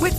With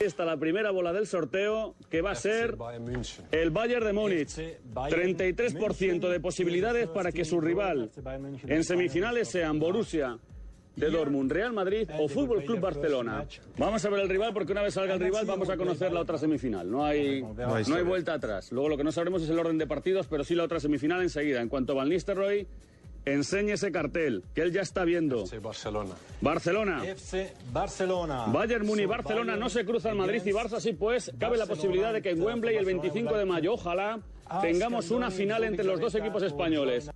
Está la primera bola del sorteo que va a ser el Bayern de Múnich. 33% de posibilidades para que su rival en semifinales sean Borussia de Dortmund, Real Madrid o Fútbol Club Barcelona. Vamos a ver el rival porque una vez salga el rival vamos a conocer la otra semifinal. No hay, no hay vuelta atrás. Luego lo que no sabremos es el orden de partidos, pero sí la otra semifinal enseguida. En cuanto a Van Nistelrooy, enseñe ese cartel que él ya está viendo. Barcelona. Barcelona. FC Barcelona. Bayern Múnich, Barcelona no se cruzan Madrid y Barça, sí pues cabe la posibilidad de que en Wembley el 25 de mayo, ojalá, tengamos una final entre los dos equipos españoles.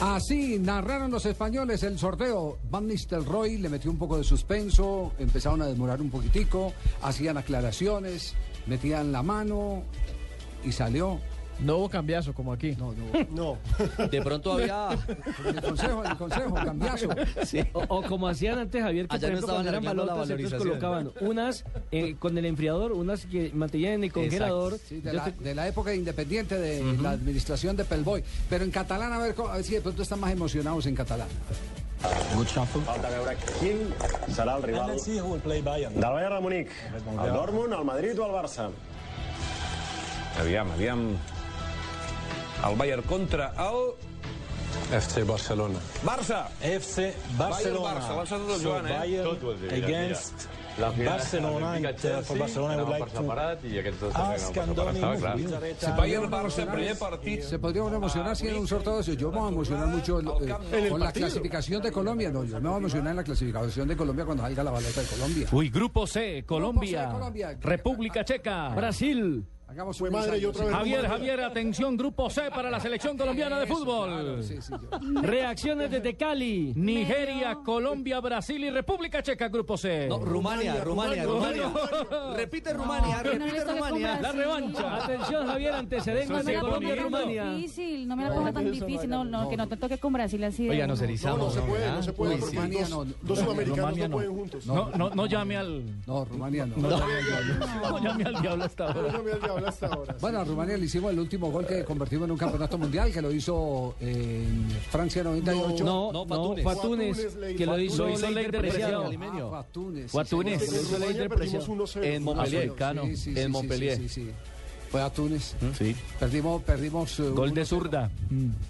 Así narraron los españoles el sorteo. Van Nistelrooy le metió un poco de suspenso, empezaron a demorar un poquitico, hacían aclaraciones, metían la mano y salió. No hubo cambiazo como aquí. No, no. No. De pronto había. El consejo, el consejo, cambiazo. O, o como hacían antes, Javier, que Allá no por ejemplo, cuando estaban eran largando la balotas, entonces valorización. colocaban unas eh, con el enfriador, unas que mantenían en el congelador. Sí, de, Yo la, te- de la época de independiente de la administración de Pelboy. Pero en catalán, a ver, co- a ver si de pronto están más emocionados en catalán. Falta veure quin serà el rival Let's see who will play Bayern. del Bayern de Múnich. El Dortmund, el Madrid o el Barça? Aviam, aviam. El Bayern contra el FC Barcelona. Barça. FC Barcelona. Bayern, Barça, l'ha encertat el Joan, so eh? Bayern against Barcelona. And, uh, for Barcelona, I would like to Ah, i aquests dos ask Andoni Muslin. Bayern-Barça, primer partit. eh, Se podría uno emocionar si era un sorteo de eso. Yo me voy a emocionar mucho eh, con la clasificación de Colombia. No, yo me voy a emocionar en la clasificación de Colombia cuando salga la balota de Colombia. Uy, Grupo C, Colombia, Colombia. República Checa, Brasil. Hagamos un madre Javier, Javier, atención, Grupo C para la selección colombiana de fútbol. Reacciones desde Cali, Nigeria, Colombia, Brasil y República Checa, Grupo C. No, Rumania, Rumania, Rumania. Repite Rumania, repite Rumania. La revancha. Atención, Javier, antecedentes de Colombia y Rumania. difícil, no me la ponga tan difícil, no, no, que no te toque con Brasil así. Oiga, nos erizamos. No, no se puede, no se puede. Rumanía no. Dos sudamericanos Rumania no no. pueden juntos. No, no, no llame al. No, Rumanía no. No, llame al diablo. No llame al diablo hasta ahora. No me diablo hasta ahora. Bueno, a Rumanía le hicimos el último gol que convertimos en un campeonato mundial, que lo hizo eh, en Francia 98. No, No, no, Fatunes. Fatunes, que lo hizo, Ah, Fatunes, Leiter Leiter Preciado. Preciado. Limeño. Ah, Túnez. Fatunes. Sí, sí, sí. Perdimos 1-0. En Ah, Montpellier, Cano. Sí, sí, sí, En sí, Montpellier. sí, sí, sí. Fue a Túnez. Sí. Perdimos, perdimos. eh, Gol uno- de zurda.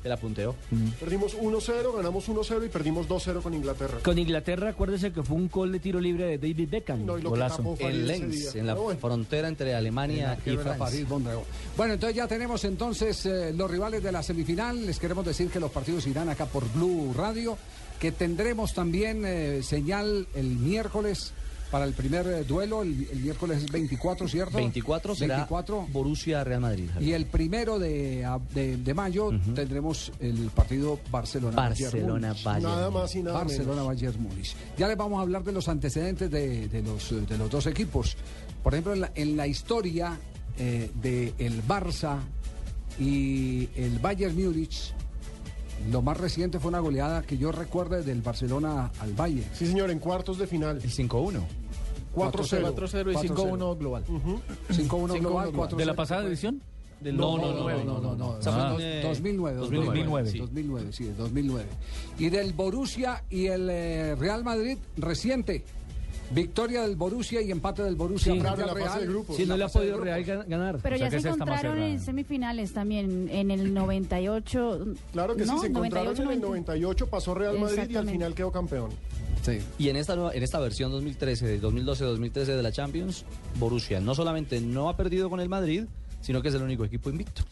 Te la punteo. Perdimos 1-0, ganamos 1-0 y perdimos 2-0 con Inglaterra. Con Inglaterra, acuérdese que fue un gol de tiro libre de David Beckham. No, y lo que Golazo. tapó. En ese Lens, día. en la Ah, bueno. frontera entre Alemania y Era Francia. París, Mondragón. Bueno, entonces ya tenemos entonces eh, los rivales de la semifinal. Les queremos decir que los partidos irán acá por Blue Radio, que tendremos también eh, señal el miércoles para el primer eh, duelo. El, el miércoles es 24, ¿cierto? 24 será 24. Borussia Real Madrid. Javier. Y el primero de, a- de, de mayo tendremos el partido Barcelona-Bayern Múnich. Barcelona, Bayern. Nada más y nada menos. Barcelona, Bayern Múnich. Ya les vamos a hablar de los antecedentes de, de los, eh, de los dos equipos. Por ejemplo, en la, en la historia eh, de el Barça y el Bayern Múnich, lo más reciente fue una goleada que yo recuerdo del Barcelona al Bayern. Sí, señor, en cuartos de final. El 5-1. 4-0. 4-0 y 5-1 global. 5-1 global, 4-0. ¿De la pasada edición? Del No, no, no, 2009. no, no, no. O sea, Ah. fue en, eh, 2009, 2009, 2009, sí. 2009, sí, es 2009. Y del Borussia y el eh, Real Madrid reciente. Victoria del Borussia y empate del Borussia Sí. frente Claro, al en la fase Real. de grupos. Sí, no le ha fase de podido grupos. Real gan- ganar. Pero O sea ya que se esa está más encontraron cerrada. en semifinales también, en el 98. Claro que sí, no, se encontraron 98, en el 98, pasó Real Madrid y al Exactamente. final quedó campeón. Sí. Y en esta, nueva- en esta versión 2013, de 2012-2013 de la Champions, Borussia no solamente no ha perdido con el Madrid, sino que es el único equipo invicto.